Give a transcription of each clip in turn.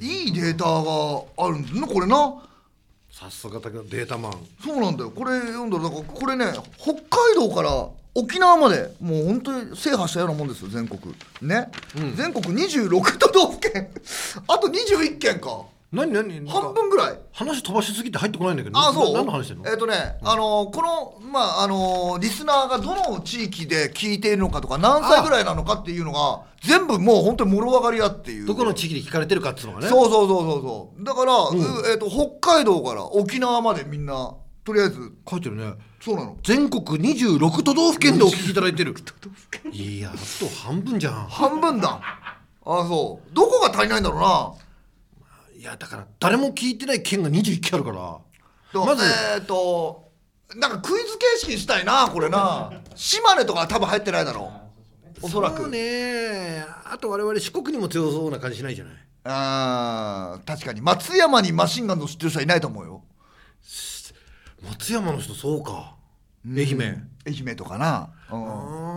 いいデータがあるんですねこれなさすがだけどデータマンそうなんだよこれ読んだらなんかこれね北海道から沖縄までもう本当に制覇したようなもんですよ全国ね、全国26都道府県あと21県か何何なんか半分ぐらい話飛ばしすぎて入ってこないんだけどあそうな何の話してんのえっ、とね、あのこのまああのリスナーがどの地域で聞いているのかとか何歳ぐらいなのかっていうのが全部もう本当にもろわかりやっていうどこの地域で聞かれてるかっつうのがねそうそうそうそうそうだから、うえっと北海道から沖縄までみんなとりあえず書いてるねそうなの全国26都道府県でお聞きいただいてるいやあと半分じゃん半分 だあそうどこが足りないんだろうないやだから誰も聞いてない県が21県あるからとまずえっ、となんかクイズ形式にしたいなこれ な島根とかは多分入ってないだろうおそらそうくねあと我々四国にも強そうな感じしないじゃないあー確かに松山にマシンガンの知ってる人はいないと思うよ松山の人そうか愛媛愛媛とかな、うん、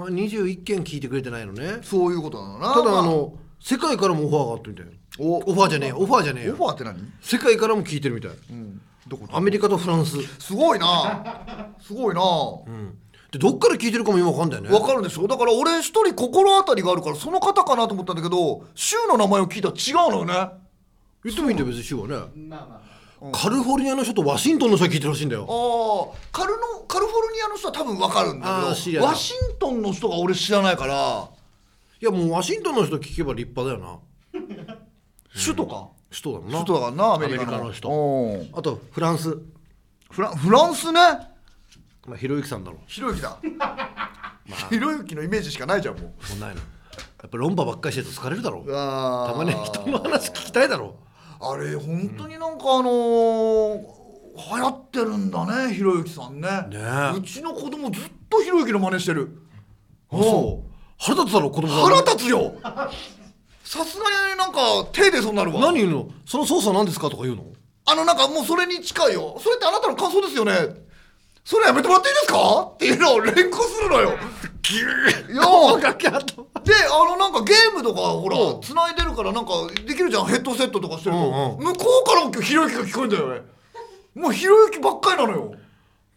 ああ21県聞いてくれてないのねそういうことなのなただまあの世界からもオファーがあったみたいおオファーじゃねえオファーじゃねえオファーって何、世界からも聞いてるみたいうん、どこアメリカとフランスすごいなすごいな、でどっから聞いてるかも今わかんだよねわかるでしょだから俺一人心当たりがあるからその方かなと思ったんだけど州の名前を聞いたら違うのよね言ってもいいんだよ別に週はねまあまあまカリフォルニアの人とワシントンの人は聞いてるらしいんだよああカルのカリフォルニアの人は多分わかるんあだー知けり合どいだワシントンの人が俺知らないからいやもうワシントンの人聞けば立派だよな首都か人だもんな首都だからなアメリカのアメリカの人うんあとフランスフランフランスねまあひろゆきさんだろうひろゆ きだ、ひろゆきのイメージしかないじゃんももうないのやっぱ論破ばっかりしてると疲れるだろううあたまに人の話聞きたいだろあれ本当になんかあのー流行ってるんだねひろゆきさんねねえうちの子供ずっとひろゆきの真似してるうあそう腹立つだろ子供が腹立つよさすがになんか手でそうなるわ何言うのその操作なんですかとか言うのあのなんかもうそれに近いよそれってあなたの感想ですよねそれやめてもらっていいですかっていうのを連呼するのよ ギューよガキャッとであのなんかゲームとかほら繋いでるからなんかできるじゃんヘッドセットとかしてると、うん向こうからもひろゆきが聞こえんだよねもうひろゆきばっかりなのよ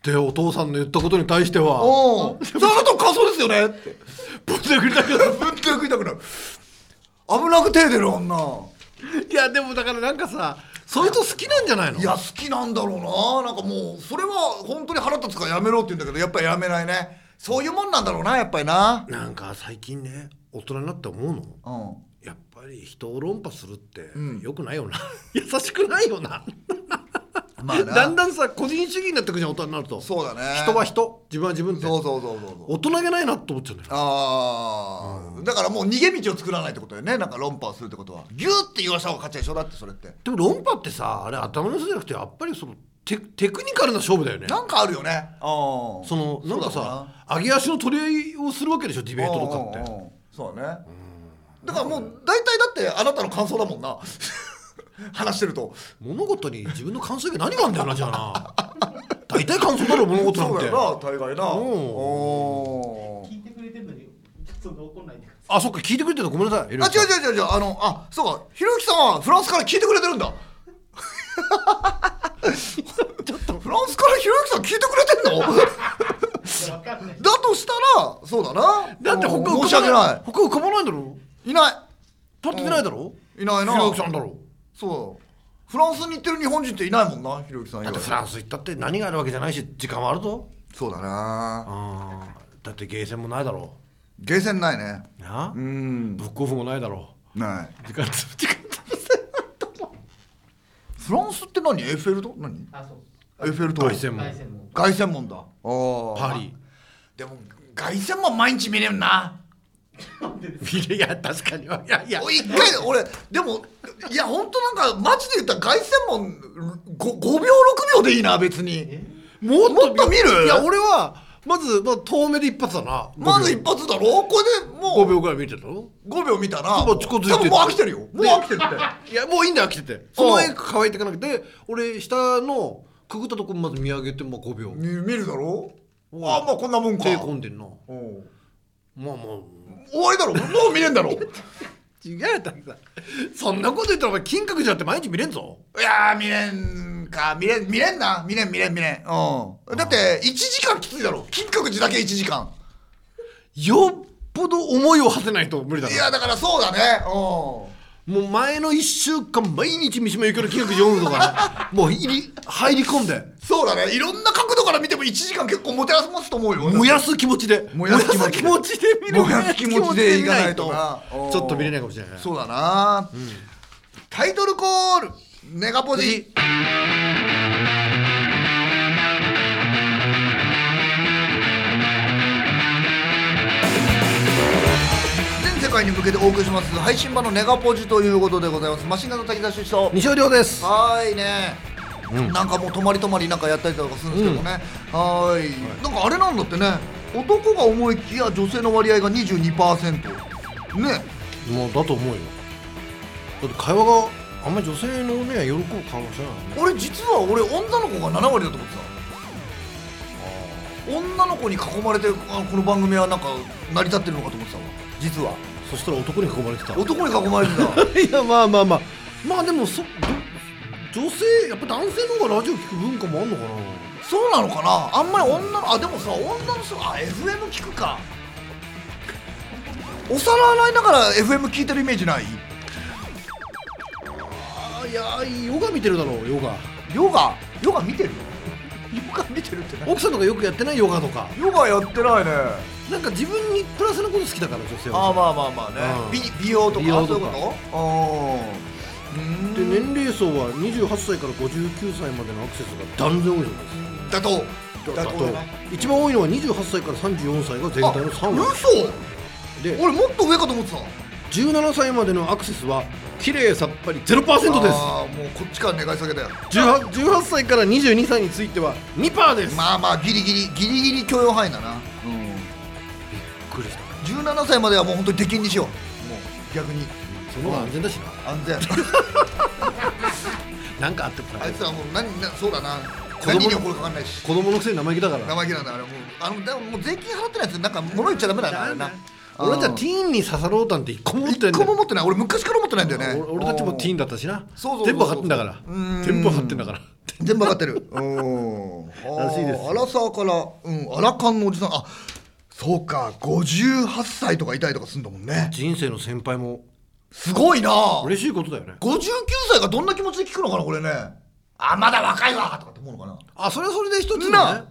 でお父さんの言ったことに対してはうんそれあなたの感想ですよねってぶつくりたくなるぶって食いたくなる危なく手出るあんないやでもだからなんかさそういう人好きなんじゃないのいや好きなんだろうななんかもうそれは本当に腹立つからやめろって言うんだけどやっぱりやめないねそういうもんなんだろうなやっぱりななんか最近ね大人になって思うのうんやっぱり人を論破するってうん良くないよな、 優しくないよなまあな だんだんさ個人主義になってくじゃん大人になるとそうだね人は人自分は自分ってそうそうそうそうそう大人げないなって思っちゃうんだよああ、だからもう逃げ道を作らないってことよねなんか論破をするってことはギューって言わした方が勝ちでしょだってそれってでも論破ってさあれ頭の良さじゃなくてやっぱりそのテテクニカルな勝負だよねなんかあるよねうんそのなんかそうだろうさ上げ足の取り合いをするわけでしょディベートとかってうんうんうんそうだねだからもう大体だってあなたの感想だもんな 話してると物事に自分の感想以外何があんだよなじゃあな大体感想だろ物事なんてよな大概なうんあおー聞いてくれてるのにそんな怒んないでくださあそっか聞いてくれてるのごめんなさいエリあックさん違う違う違う違うあのあそうかひろゆきさんはフランスから聞いてくれてるんだ ちょっとフランスからひろゆきさん聞いてくれてんのいいや。わかんない。だとしたらそうだなだって他浮かば申し訳な他浮かばないんだろいいな立ってないだろいいないなひろゆきさんだろそうフランスに行ってる日本人っていないもんなひろゆきさん以だっ外てフランス行ったって何があるわけじゃないし時間はあるぞそうだなあーだってゲーセンもないだろゲーセンないねなあうんブックオフもないだろない時間 つ時間つフランスって何エッフェル塔何あ、そう。エッフェル塔凱旋門外線も。凱旋門だあーパリでも凱旋門毎日見れるな見 れいや確かにいやいやお一回俺でもいや本当なんかマジで言ったら凱旋門 5, 秒6秒でいいな別にももっと見るいや俺はまず、まあ、遠目で一発だなまず一発だろこれでも5う秒ぐらい見てたろ5秒見たなちょっと近づいてる多分もう飽きてるよもう飽きてる っていやもういいんだよ飽きててその絵乾いていかなくて俺下のくぐったとこまず見上げても5秒見見るだろあうんまあこんなもんか手込んでんなうんまあまあ終わりだろもう見れんだろ違うよ滝さんそんなこと言ったらお前金閣寺だって毎日見れんぞ いやー見れんか見れん見れんな見れん見れん見れんうんだって1時間きついだろ金閣寺だけ1時間よっぽど思いを馳せないと無理だいなやだからそうだねうんもう前の1週間毎日三島由紀夫の金閣寺読むとか もう入り入り込んでそうだねいろんな角度から見ても1時間結構もてあますと思うよ燃やす気持ちで燃やす気持ちで燃やす気持燃やす気持ちで見るちでいかないとなちょっと見れないかもしれないそうだな、タイトルコールメガポジ全世界に向けてお送りします配信版のネガポジということでございますマシンガンの滝田出生西尾亮ですはーいね、なんかもう泊まり泊まりなんかやったりとかするんですけどね、はーいなんかあれなんだってね男が思いきや女性の割合が22%ねもうだと思うよだって会話があんまり女性のね喜ぶ顔もしないもんね俺実は俺女の子が7割だと思ってた女の子に囲まれてあこの番組はなんか成り立ってるのかと思ってたわ実はそしたら男に囲まれてた男に囲まれてたいやまあまあまあまあでもそ女性やっぱ男性の方がラジオ聞く文化もあんのかなそうなのかなあんまり女のあでもさ女の人あ FM 聞くかお皿洗いながら FM 聞いてるイメージないあいやヨガ見てるだろうヨガヨガヨガ見てるヨガ見てるって何奥さんとかよくやってないヨガとかヨガやってないねなんか自分にプラスのこと好きだから女性あはあまあまあまあね、うん美美容とか美容とそうかいうことああうでーん年齢層は28歳から59歳までのアクセスが断然多いじゃないですだかとだあとと一番多いのは28歳から34歳が全体の3あ割嘘で俺もっと上かと思ってた17歳までのアクセスは綺麗さっぱり0%ですああもうこっちから願い下げだよ 18, 18歳から22歳については2%です、まあまあギリギリギリギリ許容範囲だなびっくりした17歳まではもう本当に出禁にしようもう逆にその方が安全だしな、安全 なんかあってもあいつらもう何なそうだな子供何に怒るか分かんないし子供のくせに生意気だか生ら意気なんだあれもうあのでももう税金払ってないやつなんか物言っちゃダメだなあれな俺たちはティィーンに刺さろうなんて一個も持っ一てん個もだ持ってない俺昔から持ってないんだよね俺たちもティーンだったしなそうそうそうそう全部貼ってんだからうん全部貼ってんだから全部上がって る。うん。らしいですアラサーから、うん、アラカンのおじさん、あ、そうか、58歳とかいたりとかするんだもんね。人生の先輩もすごいな。嬉しいことだよね59歳がどんな気持ちで聞くのかな、これね。あ、まだ若いわとかって思うのかな。あそれはそれで一つのねな、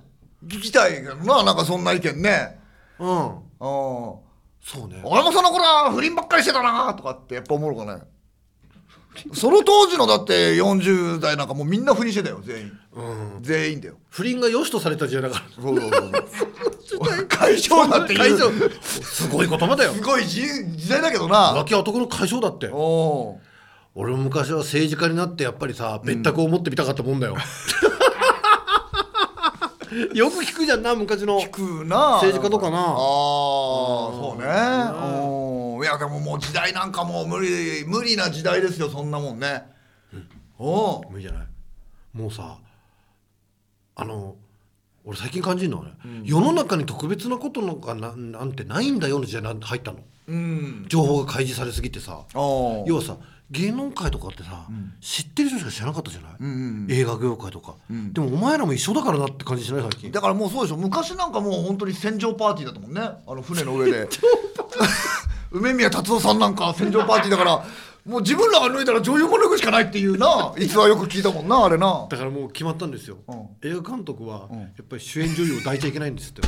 聞きたいけどな、なんかそんな意見ね。うんうん。そうね俺もその頃は不倫ばっかりしてたなとかってやっぱ思うのかね。その当時のだって40代なんかもうみんな不倫してたよ、全員。うん全員だよ。不倫が良しとされた時代だかそうそう そうそう。 会場だらって解言う消すごい言葉 だよすごい時時代だけどな。浮気は男の解消だってお俺も昔は政治家になってやっぱりさ別宅を持ってみたかったもんだよ、よく聞くじゃん な昔の聞くな。政治家とかなああ、そうね。おーいやでももう時代なんかもう無理無理な時代ですよそんなもんね。おーもういいじゃないもうさあの俺最近感じるのはね、世の中に特別なことなんかななんてないんだよの時代に入ったのうん。情報が開示されすぎてさお要はさ芸能界とかってさ、知ってる人しか知らなかったじゃない、うんうん映画業界とか、でもお前らも一緒だからなって感じしない最近だからもうそうでしょ昔なんかもう本当に戦場パーティーだったもんねあの船の上で 梅宮達夫さんなんか戦場パーティーだからもう自分らが脱いだら女優も脱ぐしかないっていうな逸話よく聞いたもんなあれなだからもう決まったんですよ、う映画監督はやっぱり主演女優を抱いちゃいけないんですって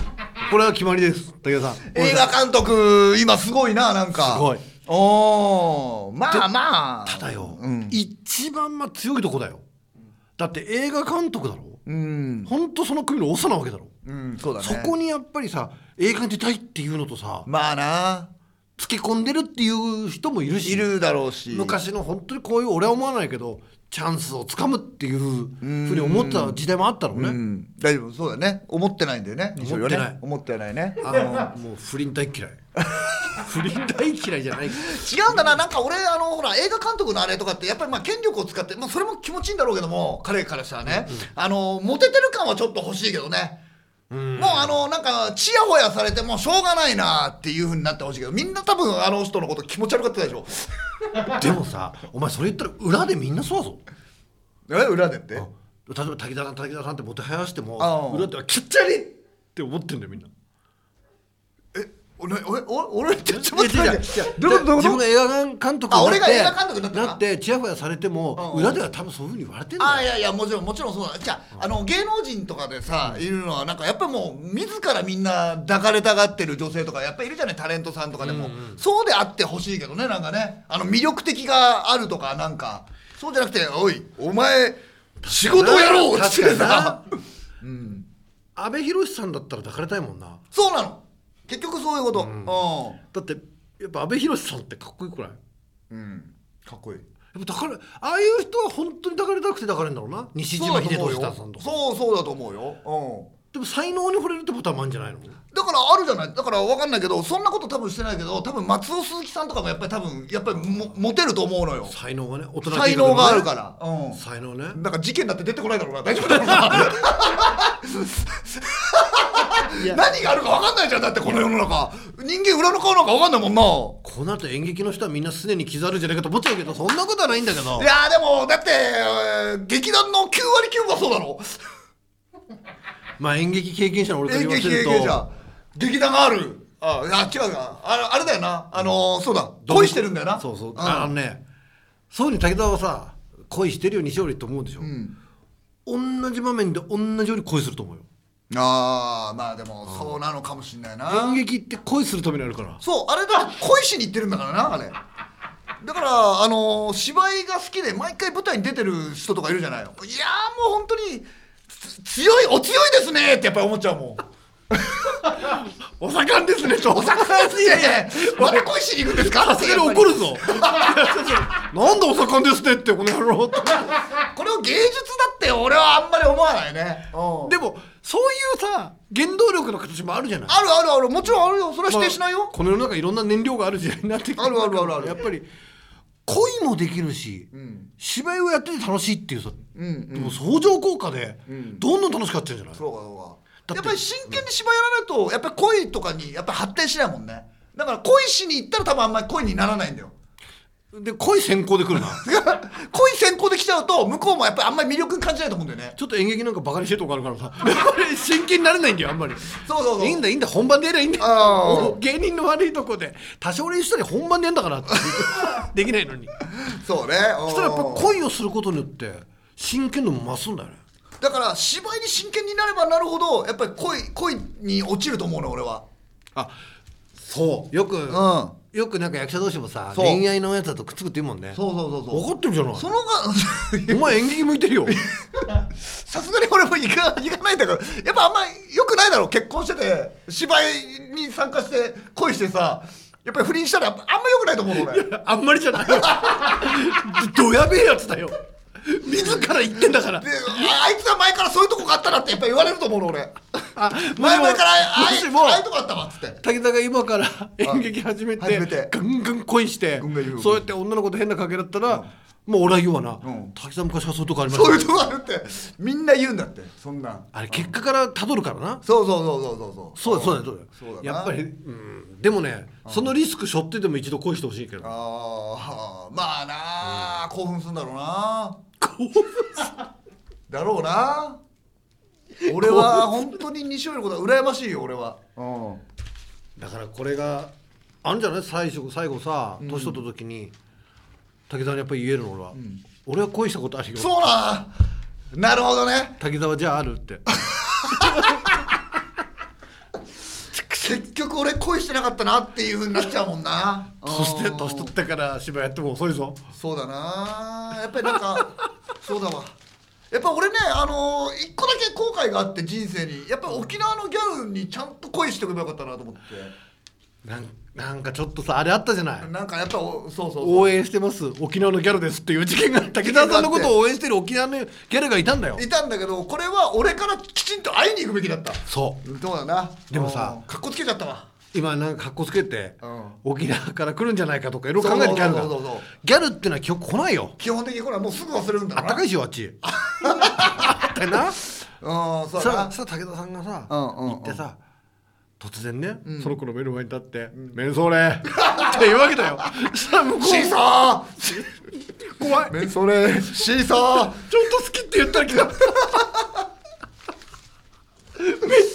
これは決まりです武田さん映画監督今すごいななんかすごいおーまあまあただよ、うん、一番まあ強いとこだよだって映画監督だろうんほんとその組の長なわけだろ、うん、そうだねそこにやっぱりさ映画に出たいっていうのとさまあなつけ込んでるっていう人もいるしいるだろうし昔の本当にこういう俺は思わないけどチャンスをつかむっていうふうに思った時代もあったのうねん大丈夫そうだね思ってないんだよね24思ってないね思ってないねあのもう不倫大 嫌い不倫大嫌いじゃないけど違うんだな、なんか俺、あのほら映画監督のあれとかって、やっぱりまあ権力を使って、まあ、それも気持ちいいんだろうけども、彼からしたらね、あのモテてる感はちょっと欲しいけどね、うんもうあのなんかちやほやされてもうしょうがないなっていうふうになってほしいけどみんな多分あの人のこと気持ち悪かったでしょでもさお前それ言ったら裏でみんなそうだぞえ裏でって例えば滝田さん滝田さんってもてはやしてあもあ裏ではきっちゃりって思ってんだよみんなえ俺俺俺俺ってちょっといや待って違う違う待って自どういうことどういうこ分とが映画監督あに俺がなって映画監督になったのかなってちやほやされてもうん裏では多分そういうふうに言われてんだよあいやいやもちろんもちろんそうだじゃああの芸能人とかでさいるのはなんかやっぱもう自らみんな抱かれたがってる女性とかやっぱいるじゃないタレントさんとかでも、そうであってほしいけどねなんかねあの魅力的があるとかなんかそうじゃなくて「おいお前仕事をやろう!」っつって確かにさな。阿部寛さんだったら抱かれたいもんなそうなの結局そういうことうだってやっぱ阿部寛さんってかっこいいくらいやん、うん、かっこいいっぱ抱かれああいう人は本当に抱かれたくて抱かれるんだろうな西島秀俊さんとかそうそうだと思うようんでも才能に惚れるってことはまんじゃないのだからあるじゃないだから分かんないけどそんなこと多分してないけど多分松尾鈴木さんとかもやっぱり多分やっぱりもモテると思うのよ才能がね大人才能があるからう才能ねんだから事件だって出てこないだろうな大丈夫だろうな何があるか分かんないじゃんだってこの世の中人間裏の顔なんか分かんないもんなこうなると演劇の人はみんなすでに刻あるんじゃないかと思っちゃうけどそんなことはないんだけどいやーでもだって、えー劇団の9割9分はそうだろまあ演劇経験者の俺から演言わ劇せる経と験者劇団があるああ違うかあれあれだよなあのーそうだどう恋してるんだよなそうそう、んあのねそういうふうに武田はさ恋してるよ西織って思うでしょ、ん同じ場面で同じように恋すると思うよああまあでもそうなのかもしんないな、演劇って恋するためにあるからそうあれだ恋しに行ってるんだからなあれだからあのー芝居が好きで毎回舞台に出てる人とかいるじゃないいやーもう本当につ強いお強いですねってやっぱり思っちゃうもんお盛んですねとお魚ですねまた恋しに行くんですかさすがに怒るぞ なんでお盛んですねってこの野郎ってこれを芸術だって俺はあんまり思わないねうんでもそういうさ原動力の形もあるじゃないあるあるあるもちろんあるよそれは否定しないまあよ、この世の中いろんな燃料がある時代になってきてあるあるあるあるやっぱり恋もできるし、芝居をやってて楽しいっていうさ、うんうんでも相乗効果でんどんどん楽しかったんじゃない、そうかそうだかってやっぱり真剣に芝居やらないとやっぱり恋とかにやっぱり発展しないもんねだから恋しに行ったら多分あんまり恋にならないんだよ で恋先行で来るな恋先行で来ちゃうと向こうもやっぱりあんまり魅力感じないと思うんだよねちょっと演劇なんかバカにしてるとこあるから さこれ真剣になれないんだよあんまりそうそうそういいんだいいんだ本番でやりゃいいんだあーよ芸人の悪いとこで多少練習したり本番でやん だからってできないのにそうねそしたらやっぱ恋をすることによって真剣度も増すんだよねだから芝居に真剣になればなるほどやっぱり恋恋に落ちると思うの俺はあそうよく、んよくなんか役者同士もさそう恋愛のやつだとくっつくって言うもんねそうそうそうそう分かってるじゃないそのが お前演劇向いてるよさすがに俺も行か行かないんだからやっぱあんまりよくないだろう結婚してて芝居に参加して恋してさやっぱり不倫したらあんまよくないと思うの俺あんまりじゃないよ どやべえやつだよ自ら言ってんだからでああいつは前からそういうとこがあったなってやっぱ言われると思うの俺あ前々からああもいしあもあいうとこあったわっつって武田が今から演劇始めて始めてガンガン恋してガンガン言うそうやって女の子と変な関係だったら、もう俺は言うわな、うん滝沢昔からそういうとこありましそうたいうとこあるってみんな言うんだってそんなんあれ結果からたどるからなそうそうそうそうそうそうそうだそうだそうだそうだなやっぱり、うん、でもねそのリスク背負ってでも一度恋してほしいけどああまあなあ、興奮するんだろうな興奮 だろうな俺は本当に西尾のことは羨ましいよ俺はうんだからこれがあるんじゃない最初最後さ年取った時に、滝沢にやっぱり言えるの俺は、俺は恋したことあるよそうななるほどね滝沢じゃああるって結局俺恋してなかったなっていうふうになっちゃうもんなそしてうん年取ってから芝居やっても遅いぞそうだなやっぱりなんか そうだわやっぱ俺ねあのー一個だけ後悔があって人生にやっぱ沖縄のギャルにちゃんと恋しておけばよかったなと思ってなんなんかちょっとさあれあったじゃないなんかやっぱおそうそうそう応援してます沖縄のギャルですっていう事件が滝沢さんのことを応援してる沖縄のギャルがいたんだよいたんだけどこれは俺からきちんと会いに行くべきだったそそうだなでもさうんかっこつけちゃったわう今なんかかっこつけて、うん沖縄から来るんじゃないかとかいろいろ考えてギャルそうそうそうそうがギャルってのは記憶来ないよ 基本的にこれはもうすぐ忘れるんだあろったかいしよあっちあったよなうんそうやさなさ武田さんがさうんうんうん行ってさ突然ね、んその子の目の前に立って「メンソーレ!」って言うわけだよさあ向こシーうサ怖いーメンソレーシーサちょっと好きって言ったら来ためっ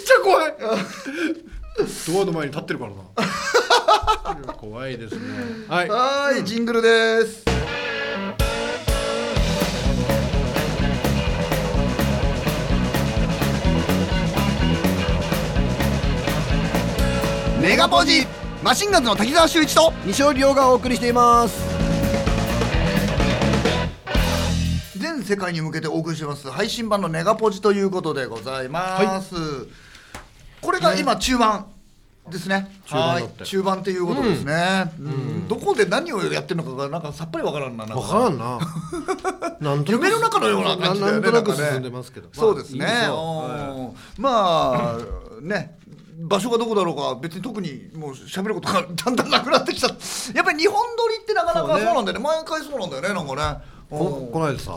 ちゃ 怖いドアの前に立って るからな怖いですねはいーはーいジングルですメガポージマシンガンズの滝沢秀一と西尾亮がお送りしています全世界に向けてお送りしてます配信版のネガポジということでございます、これが今中盤ですね、中盤はだいって中盤っていうことですね、うんどこで何をやってるのかがなんかさっぱりわからんななん分から んななんとなく夢の中のような感じだよねなんとななんかくね進んでますけど、まあそうですね、いいでしょうおーまあね場所がどこだろうか別に特にもう喋ることがだんだんなくなってきちゃったやっぱり日本撮りってなかなかそうなんだよね毎回そうなんだよねなんかねおこーこの間さ、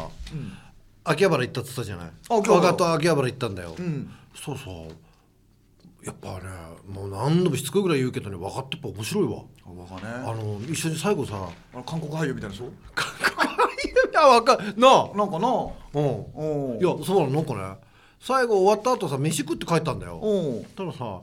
秋葉原行ったって言ったじゃない秋葉原若と秋葉原行ったんだよ、んそうそうやっぱねもう何度もしつこいぐらい言うけどね若ってやっぱ面白いわ若ねあの一緒に 最後さあの韓国俳優みたいな人あ若なあなんかなうんおういやそうなのなんかね最後終わった後さ飯食って帰ったんだよおうたださ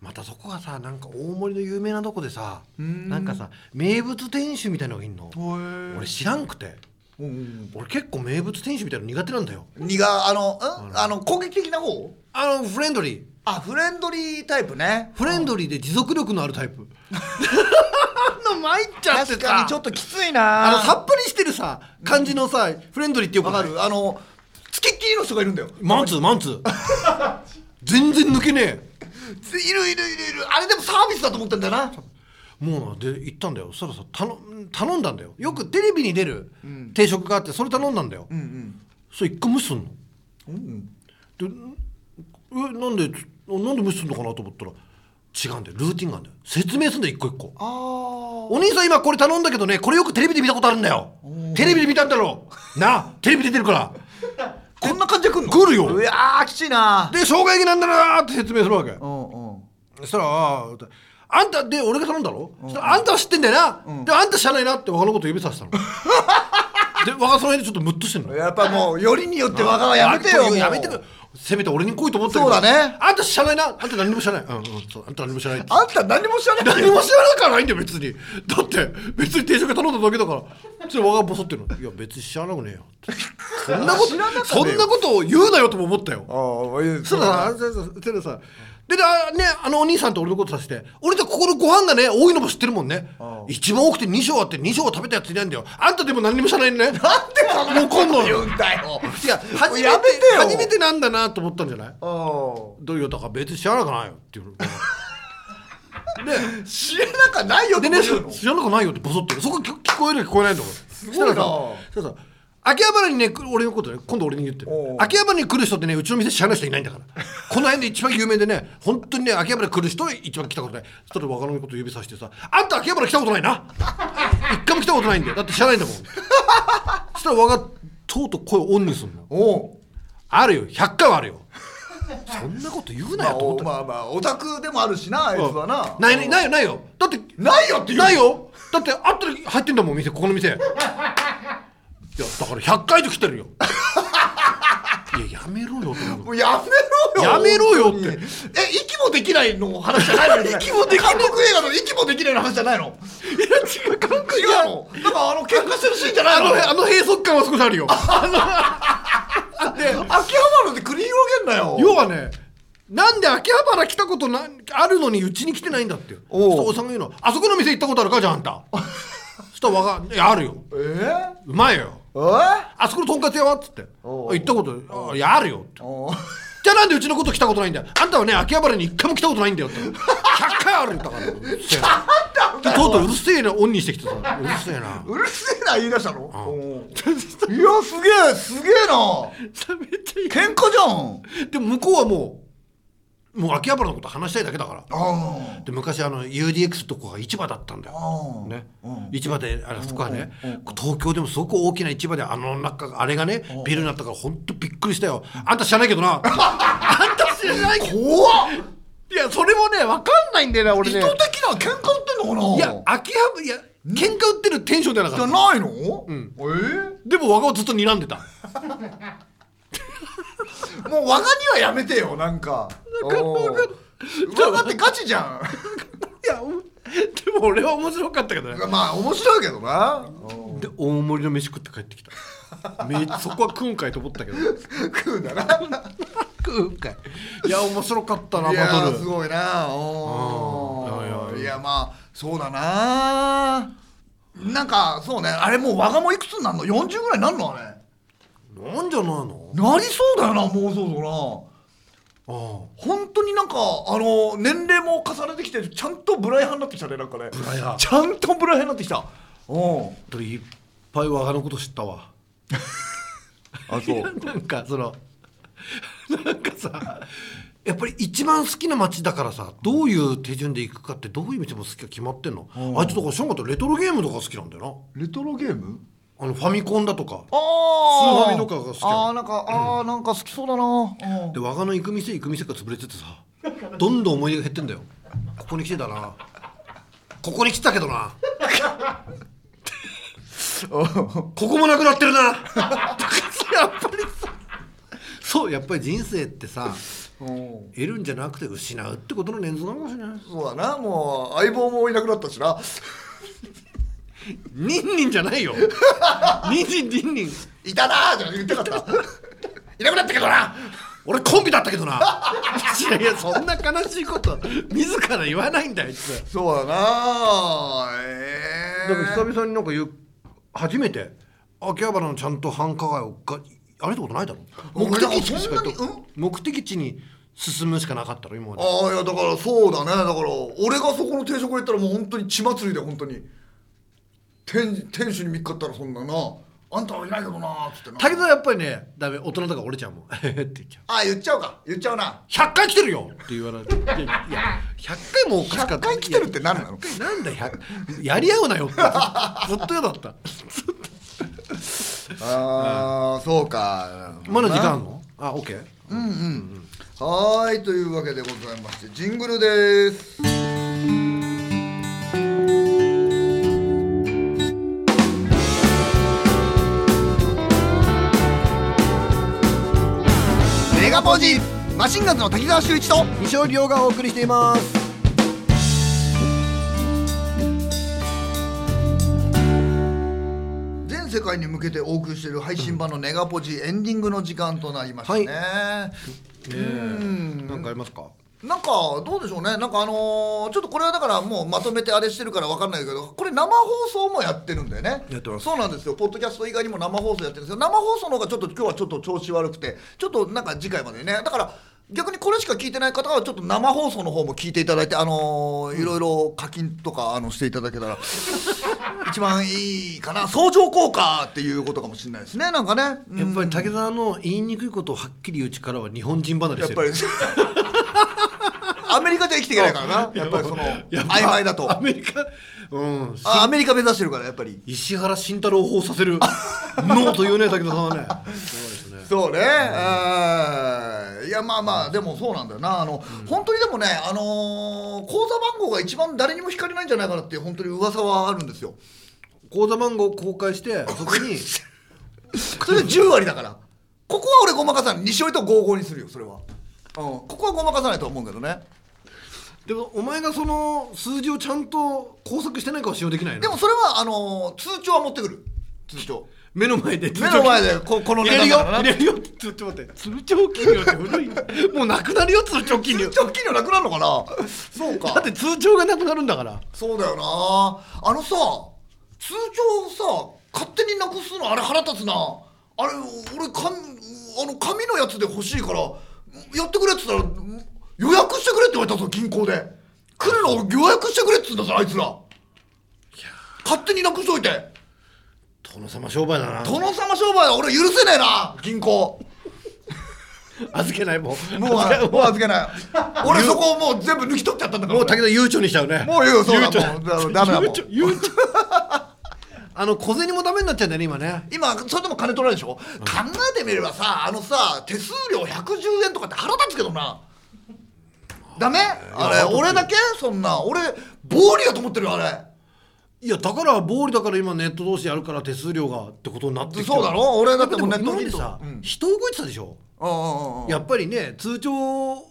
またそこがさなんか大盛りの有名なとこでさんなんかさ名物店主みたいなのがいんのへえ俺知らんくてうん俺結構名物店主みたいなの苦手なんだよ苦あのうんあの攻撃的な方あのフレンドリーあフレンドリータイプねフレンドリーで持続力のあるタイプあんな参っちゃって確さかにちょっときついあのなさっぱりしてるさ感じのさフレンドリーってよくわなかいるあのつきっきりの人がいるんだよマンツーマンツー全然抜けねえいるいるいるいるあれでもサービスだと思ってんだよなもうなで行ったんだよそしたらさ頼頼んだんだよよくテレビに出る定食があってそれ頼んだんだよ、うんそれ一回無視すんのうんでえなんでなんで無視すんのかなと思ったら違うんだよルーティンがあるんだよ説明すんだよ一個一個あーお兄さん今これ頼んだけどねこれよくテレビで見たことあるんだよテレビで見たんだろうなあテレビ出てるからこんな感じで来んの来るよいやーきついなで生姜焼きなんだなーって説明するわけうんうんそしたらあーあんたで俺が頼んだろそしたらあんたは知ってんだよな、であんた知らないなって若のこと指さ したので若その辺でちょっとムッとしてんのやっぱもうよりによってわがはやめてあれよこもういううやめてくせめて俺に来いと思ったけどそうだねあんた知らないなあんた何も知らないうんうんそうあんた何も知らないってあんた何も知らない何も知らなくはないんだよ別にだって別に定食頼んだだけだからちょっと我がボソってるのいや別に知らなくねえよってそんなこと知らなかったよそんなことを言うなよとも思ったよああいいそしたらさそしたらさであねあのお兄さんと俺のことさして俺とここのご飯がね多いのも知ってるもんねああ一番多くて2升あって2升食べたやついないんだよあんたでも何にも知らないねなんでそんな怒んの言ようんだよいや初めてやめてよ初めてなんだなと思ったんじゃないあどういうだから別に知らなくないよっていう あ知らなかないよでどねういうの知らなくないよってボソってそこ聞聞こえるか聞こえないんだからすごいなそしたらさ秋葉原にね来る俺のことね今度俺に言っておう秋葉原に来る人ってねうちの店知らない人いないんだからこの辺で一番有名でね本当にね秋葉原来る人一番来たことないそしたら若者のこと指さしてさ「あんた秋葉原来たことないな一回も来たことないんだよだって知らないんだもん」そしたら若とうとう声をオンにすんのおうあるよ100回はあるよそんなこと言うまなよあと思おったよまあまあオタクでもあるしなあいつはなないないないよないよだってないよって言うないよだってあったら入ってんだもん店ここの店いやだから100回以上来 てるよいややめろよと思もうやめうろよやめろよってえ息もできないの話じゃないの息もできない韓国映画の息もできないの話じゃないのいや違う韓国映画のなんかあの喧嘩してるシーンじゃない あののあの閉塞感は少しあるよ秋葉原で繰り広げんなよ要はねなんで秋葉原来たことなあるのにうちに来てないんだっておうおおさんが言うのあそこの店行ったことあるかじゃああ んたそしたらわがいやあるよえー、うまいよえー、あそこのとんかつ屋はっつっておう行ったことあいやあるよっておーじゃあなんでうちのこと来たことないんだよあんたはね秋葉原に一回も来たことないんだよって100回あるんだからうるせえ なでとうとううるせえなオンにしてきてさうるせえなうるせえな言い出したのおーいやすげえすげえなめっちゃい喧嘩じゃんいでも向こうはももう秋葉原のこと話したいだけだからあで昔あの UDX とこが市場だったんだよあ、ねうん、市場であれそこはね東京でもすごく大きな市場であの中があれがねビルになったから本当びっくりしたよ あんた知らないけどなあんた知らないけど怖っいやそれもねわかんないんだよな俺人的ねな喧嘩売ってんのかないいや秋葉原いや喧嘩売ってるテンションじゃなかっじゃたないの、えでも和顔ずっと睨んでたえもう我がにはやめてよなんかおう我がってガチじゃいやおでも俺は面白かったけどねんまあ面白いけどなで大盛りの飯食って帰ってきためそこは食うんかいと思ったけど食うんだな食うんかいいや面白かったないやバトールすごいなおうーんいやいやいやまあそうだななんかそうねあれもう我がもいくつになるの40ぐらいになるのあれなんじゃないのなりそうだよなもうそうそうなあ本当になんかあの年齢も重ねてきてちゃんとブライ派になってきたねなんかねブライ派ちゃんとブライ派になってきたうんあいっぱい和賀のこと知ったわあそなんかその なんかさやっぱり一番好きな街だからさどういう手順で行くかってどういう道も好きか決まってんの、あいつとかショーンがとレトロゲームとか好きなんだよ レトロゲームなあのファミコンだとかああスーファミとかが好きなのあーなんかあーなんか好きそうだなうんで我がの行く店行く店が潰れててさどんどん思い出が減ってんだよここに来てたなここに来てたけどなここもなくなってるなやっぱりさそうやっぱり人生ってさうん得るんじゃなくて失うってことの連続なのかもしれないそうだなもう相棒もいなくなったしなニンニンじゃないよニンニンニンニンいたなーじゃ言ってなかった いなくなったけどな俺コンビだったけどないやいやそんな悲しいこと自ら言わないんだよあいつそうだなええだから久々になんか言う初めて秋葉原のちゃんと繁華街をがあれたことないだろ俺目だから的地しか行そっんなにと目的地に進むしかなかったろ今までああいやだからそうだねだから俺がそこの定食屋行ったらもう本当に血祭りで本当に店店主に見っかったらそんななあんたはいないけどなっつってなだけどやっぱりねダメ大人とか俺ちゃんもん えへへって言っちゃうああ言っちゃうか言っちゃうな100回来てるよって言われていや いや100回もおかしかった100回来てるって何なのいやなんだ100やり合うなよって ずっと嫌だったああそうかまだ時間あるのあオッケーうんうんはーいというわけでございましてジングルですメガポジマシンガンズの滝沢秀一と西尾亮がお送りしています全世界に向けてお送りしている配信版のネガポジエンディングの時間となりましたね、ねえなんかありますかなんかどうでしょうねなんかあのーちょっとこれはだからもうまとめてあれしてるからわかんないけどこれ生放送もやってるんだよねやってますそうなんですよポッドキャスト以外にも生放送やってるんですよ生放送の方がちょっと今日はちょっと調子悪くてちょっとなんか次回までねだから逆にこれしか聞いてない方はちょっと生放送の方も聞いていただいてあのーいろいろ課金とかあのしていただけたら一番いいかな相乗効果っていうことかもしれないですねなんかね、うんやっぱり竹澤の言いにくいことをはっきり言う力は日本人離れやしってるぱり アメリカじゃ生きていけないからなやっぱりそのやっぱ曖昧だとアメリカうんあアメリカ目指してるからやっぱり石原慎太郎をさせるノーと言うね武田さんはねそうですねそうね、あーいやまあまあでもそうなんだよなあの、本当にでもねあのー口座番号が一番誰にも引かれないんじゃないかなっていう本当に噂はあるんですよ口座番号を公開してそこにそれで10割だからここは俺ごまかさない西尾と55にするよそれは、うん、ここはごまかさないと思うけどねでもお前がその数字をちゃんと工作してないかは使用できないのでもそれはあのー通帳は持ってくる通帳目の前で目の前でここの入値段れるよだからな入れるよちょっと待って通帳金融って古いもうなくなるよ通帳金融通帳金量なくなるのかなそうかだって通帳がなくなるんだからそうだよなあのさ通帳をさ勝手になくすのあれ腹立つなあれ俺かあの紙のやつで欲しいからやってくれっつったら予約してくれって言われたぞ銀行で来るのを予約してくれっつうんだぞあいつら勝手になくしといて殿様商売だな殿様商売は俺許せねえな銀行預けないもうもうあ もう預けない俺そこをもう全部抜き取っちゃったんだからもう武田悠長にしちゃうねもう言うそうだ悠長もうだからダメだもん悠長悠長 あの小銭もダメになっちゃうんだよね今ね今それでも金取られるでしょ、考えてみればさあのさ手数料110円とかって腹立つけどなダメあれ俺だけそんな俺暴利だと思ってるよあれいやだから暴利だから今ネット同士やるから手数料がってことになってきてるそうだろ俺だってでももうネッ今トまにでさ、うん人動いてたでしょうんうんうんやっぱりね通帳を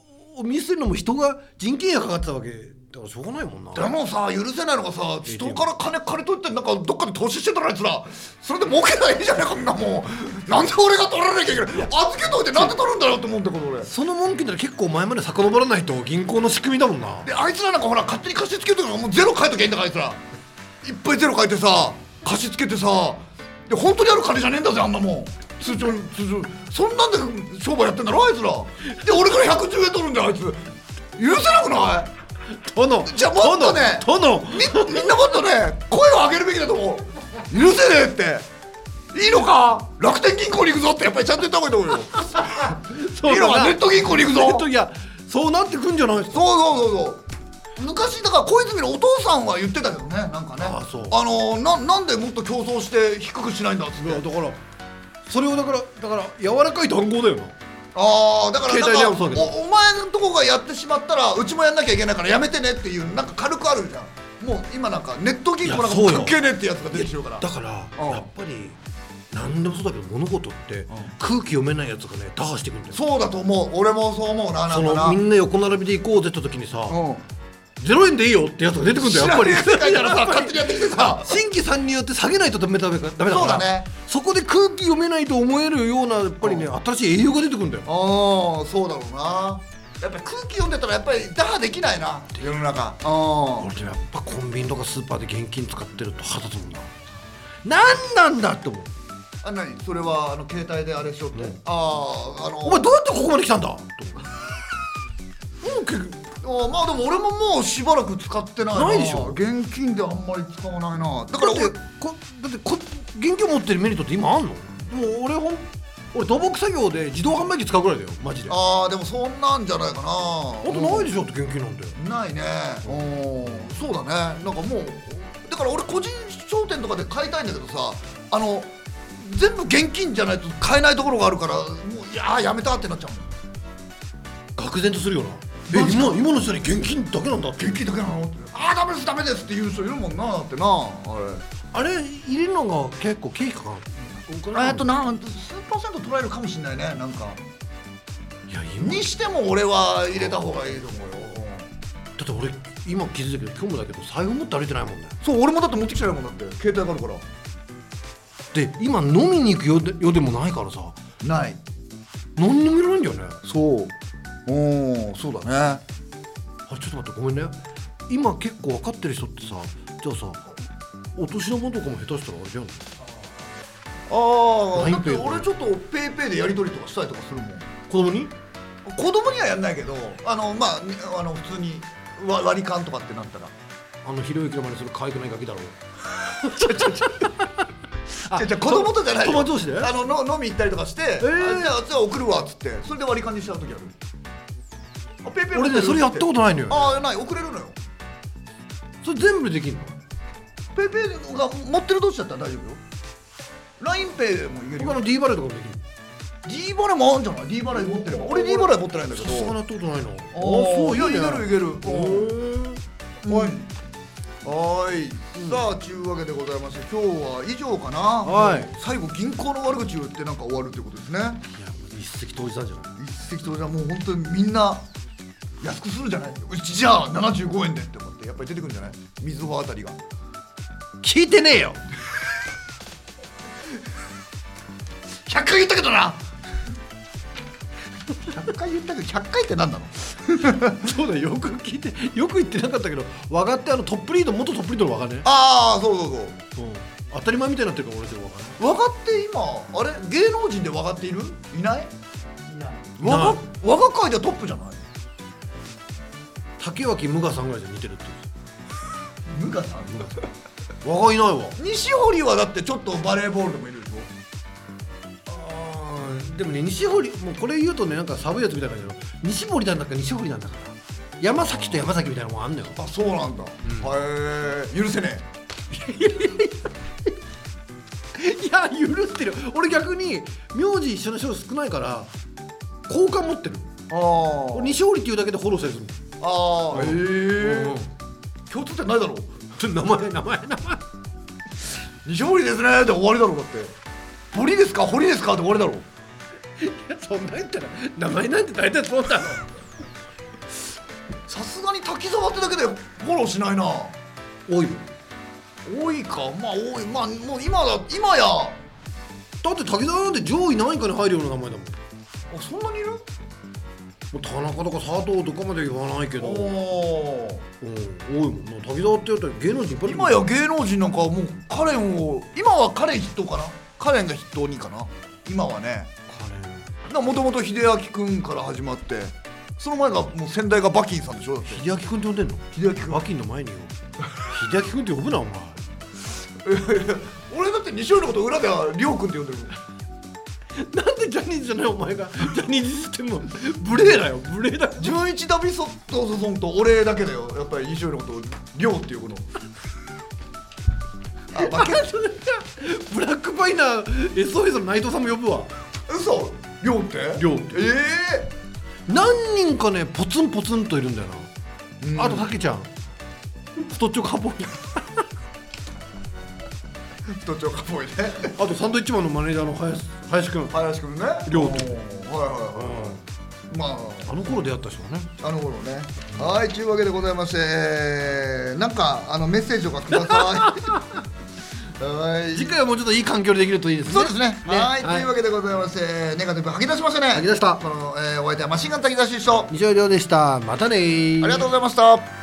見せるのも人が人件費がかかってたわけだからしょうがないもんなでもさ許せないのがさ人から金借り取ってなんかどっかで投資してたらあいつらそれで儲けないいじゃないこんなもんなんで俺が取らなきゃいけない預けといてなんで取るんだよって思うんだけど俺その文句なら結構前まで遡らないと銀行の仕組みだもんなであいつらなんかほら勝手に貸し付けてるからもうゼロ書いときゃいいんだからあいつらいっぱいゼロ書いてさ貸し付けてさで本当にある金じゃねえんだぜあんなもん通帳に通帳そんなんで商売やってんだろあいつらで俺から110円取るんだよあいつ許せなくない殿じゃあもっとね殿殿みみんなもっとね声を上げるべきだと思う許せねえっていいのか楽天銀行に行くぞってやっぱりちゃんと言った方がいいと思うよそういいのだかなネット銀行に行くぞネットいやそうなってくんじゃないですかそうそうそうそう昔だから小泉のお父さんは言ってたけどねなんかねああそうのななんでもっと競争して低くしないんだっつっていやだからそれをだからだから柔らかい談合だよなああだから携帯電話なんもかそうだけどおお前のとこがやってしまったらうちもやんなきゃいけないからやめてねっていうなんか軽くあるじゃんもう今なんかネット銀行なんかいやそうよ関係ねえってやつが出てきてるからだから、うんやっぱり何でもそうだけど物事って、空気読めないやつがね打破していくんだよそうだと思う俺もそう思うななそんかのみなんな横並びで行こうって言った時にさ、うんゼロ円でいいよってやつが出てくるんだよやっぱり知らねえ世界からさやっぱ勝手りにやってきてさ新規参入って下げないとダメだダメだからそうだねそこで空気読めないと思えるようなやっぱりね、新しい栄養が出てくるんだよああそうだろうなやっぱり空気読んでたらやっぱり打破できないな世の中あ俺でもやっぱコンビニとかスーパーで現金使ってると肌つもんな何なんだって思うあ何それはあの携帯であれしようって、あああのお前どうやってここまで来たんだと思うもう結局あーまあでも俺ももうしばらく使ってないないでしょ現金であんまり使わないなだかだからら俺俺こだってこ現金持ってるメリットって今あんのでも俺ほん俺土木作業で自動販売機使うぐらいだよマジであああでもそんなんじゃないかなあとないでしょって現金なんてないねうんそうだねなんかもうだから俺個人商店とかで買いたいんだけどさあの全部現金じゃないと買えないところがあるからもういやーやめたってなっちゃう愕然とするよなえマジ今今の人に現金だけなんだって現金だけなのってああダメですダメですって言う人いるもんなだってなあれあれ入れるのが結構経費かかるお金かかるえっとなん数パーセント取られるかもしれないねなんかいや今だにしても俺は入れた方がいいと思うよって俺今気づいたけど今日もだけど財布持って歩いてないもんねそう俺もだって持ってきちゃうもんだって携帯があるかで今飲みに行くよでよでもないからさらない何にもいらないんだよねそううんそうだねあちょっと待ってごめんね今結構分かってる人ってさじゃあさお年玉とかも下手したらあれじゃんああだ LINE って Pay とか俺ちょっとペイペイでやり取りとかしたりとかするもん子供に子供にはやんないけどあのまあにあの普通にわ割り勘とかってなったらあのひろゆきの真似する可愛くないガキだろ じゃじゃ子供とじゃないよ友達同士であのの飲み行ったりとかして、えあじゃあじゃあ送るわっつってそれで割り勘にしちゃう時あるあペイペイ持俺るねそれやったことないのよああない送れるのよそれ全部できるのペイペイが持ってる同士だったら大丈夫よ LINEPay も言えるよ他の D バレーとかもできる D バレーもあるんじゃない D バレー持ってれば俺 D バレー持ってないんだけさどすがなったことないのああそういやねいけるいけるうんおいはーい、さあちゅうわけでございまして今日は以上かなはい最後銀行の悪口言ってなんか終わるってことですねいや一石投じたんじゃない一石投じゃもう本当にみんな安くするじゃないうちじゃあ75円でって思ってやっぱり出てくるんじゃない水穂あたりが聞いてねえよ100回言ったけどな100回言ったけど100回って何なの そうだよよく聞いてよく言ってなかったけど分かってあのトップリード元トップリードの分かねああそうそうそううん当たり前みたいになってるから俺でも分かね分かって今あれ芸能人で分かっているいないいないいない若若界ではトップじゃない竹脇無我さんぐらいじゃ似てるってムカさん我がいないわ西堀はだってちょっとバレーボールでもいるでしょあでもね西堀もうこれ言うとねなんか寒いやつみたいな感じだけど西堀なんだか西堀なんだから山崎と山崎みたいなもんあんのよあそうなんだ、へえ許せね いや許してる俺逆に名字一緒の人少ないから好感持ってるえあ俺西堀っていうだけでフォローされてるああへえ共通点ないだろ 名前名前名前西堀ですねで終わりだろだって堀ですか堀ですかって終わりだろそんなん言ったら名前なんて大体そうだろさすがに滝沢ってだけでフォローしないな多いよ多いかまあ多いまあもう今だ今やあだって滝沢なんて上位何位かに入るような名前だもんそんなにいるもう田中とか佐藤とかまで言わないけど、うん、多おーいもんな滝沢って言ったら芸能人いっぱいいる今もんや芸能人なんかはもうカレンを今はカレン筆頭かなカレンが筆頭にかな今はねもともと秀明くんから始まってその前がもう先代がバキンさんでしょだって秀明君って呼んでんの秀明くんバキンの前によ秀明君って呼ぶなお前 俺だって西尾のこと裏ではりょうくんって呼んでるもんなんでジャニーズじゃないお前がジャニーズシステム無礼だよ無礼だよ 11ダビソットソソンとお礼だけだよやっぱり西尾のことをりょうっていう ことあバキンブラックパイナー SOS の内藤さんも呼ぶわ嘘りょうってりょうってえ何人かねポツンポツンといるんだよえな、あとたけちゃん太っちょカーボーイどっちもかっぽいねあとサンドイッチマンのマネージャーの林林くん、林くんねりょうおとーはいはいはいまああの頃出会った人はねあの頃ね。はい、というわけでございまして、えーなんかあのメッセージとかくださ い。はい。次回はもうちょっといい環境でできるといいですねそうですね。はい、とはいいうわけでございまして、ネガティブ吐き出しましたね。き出したこの、えーお相手はマシンガン滝出し師匠。あ以上亮でしたまたねーりがとうございました。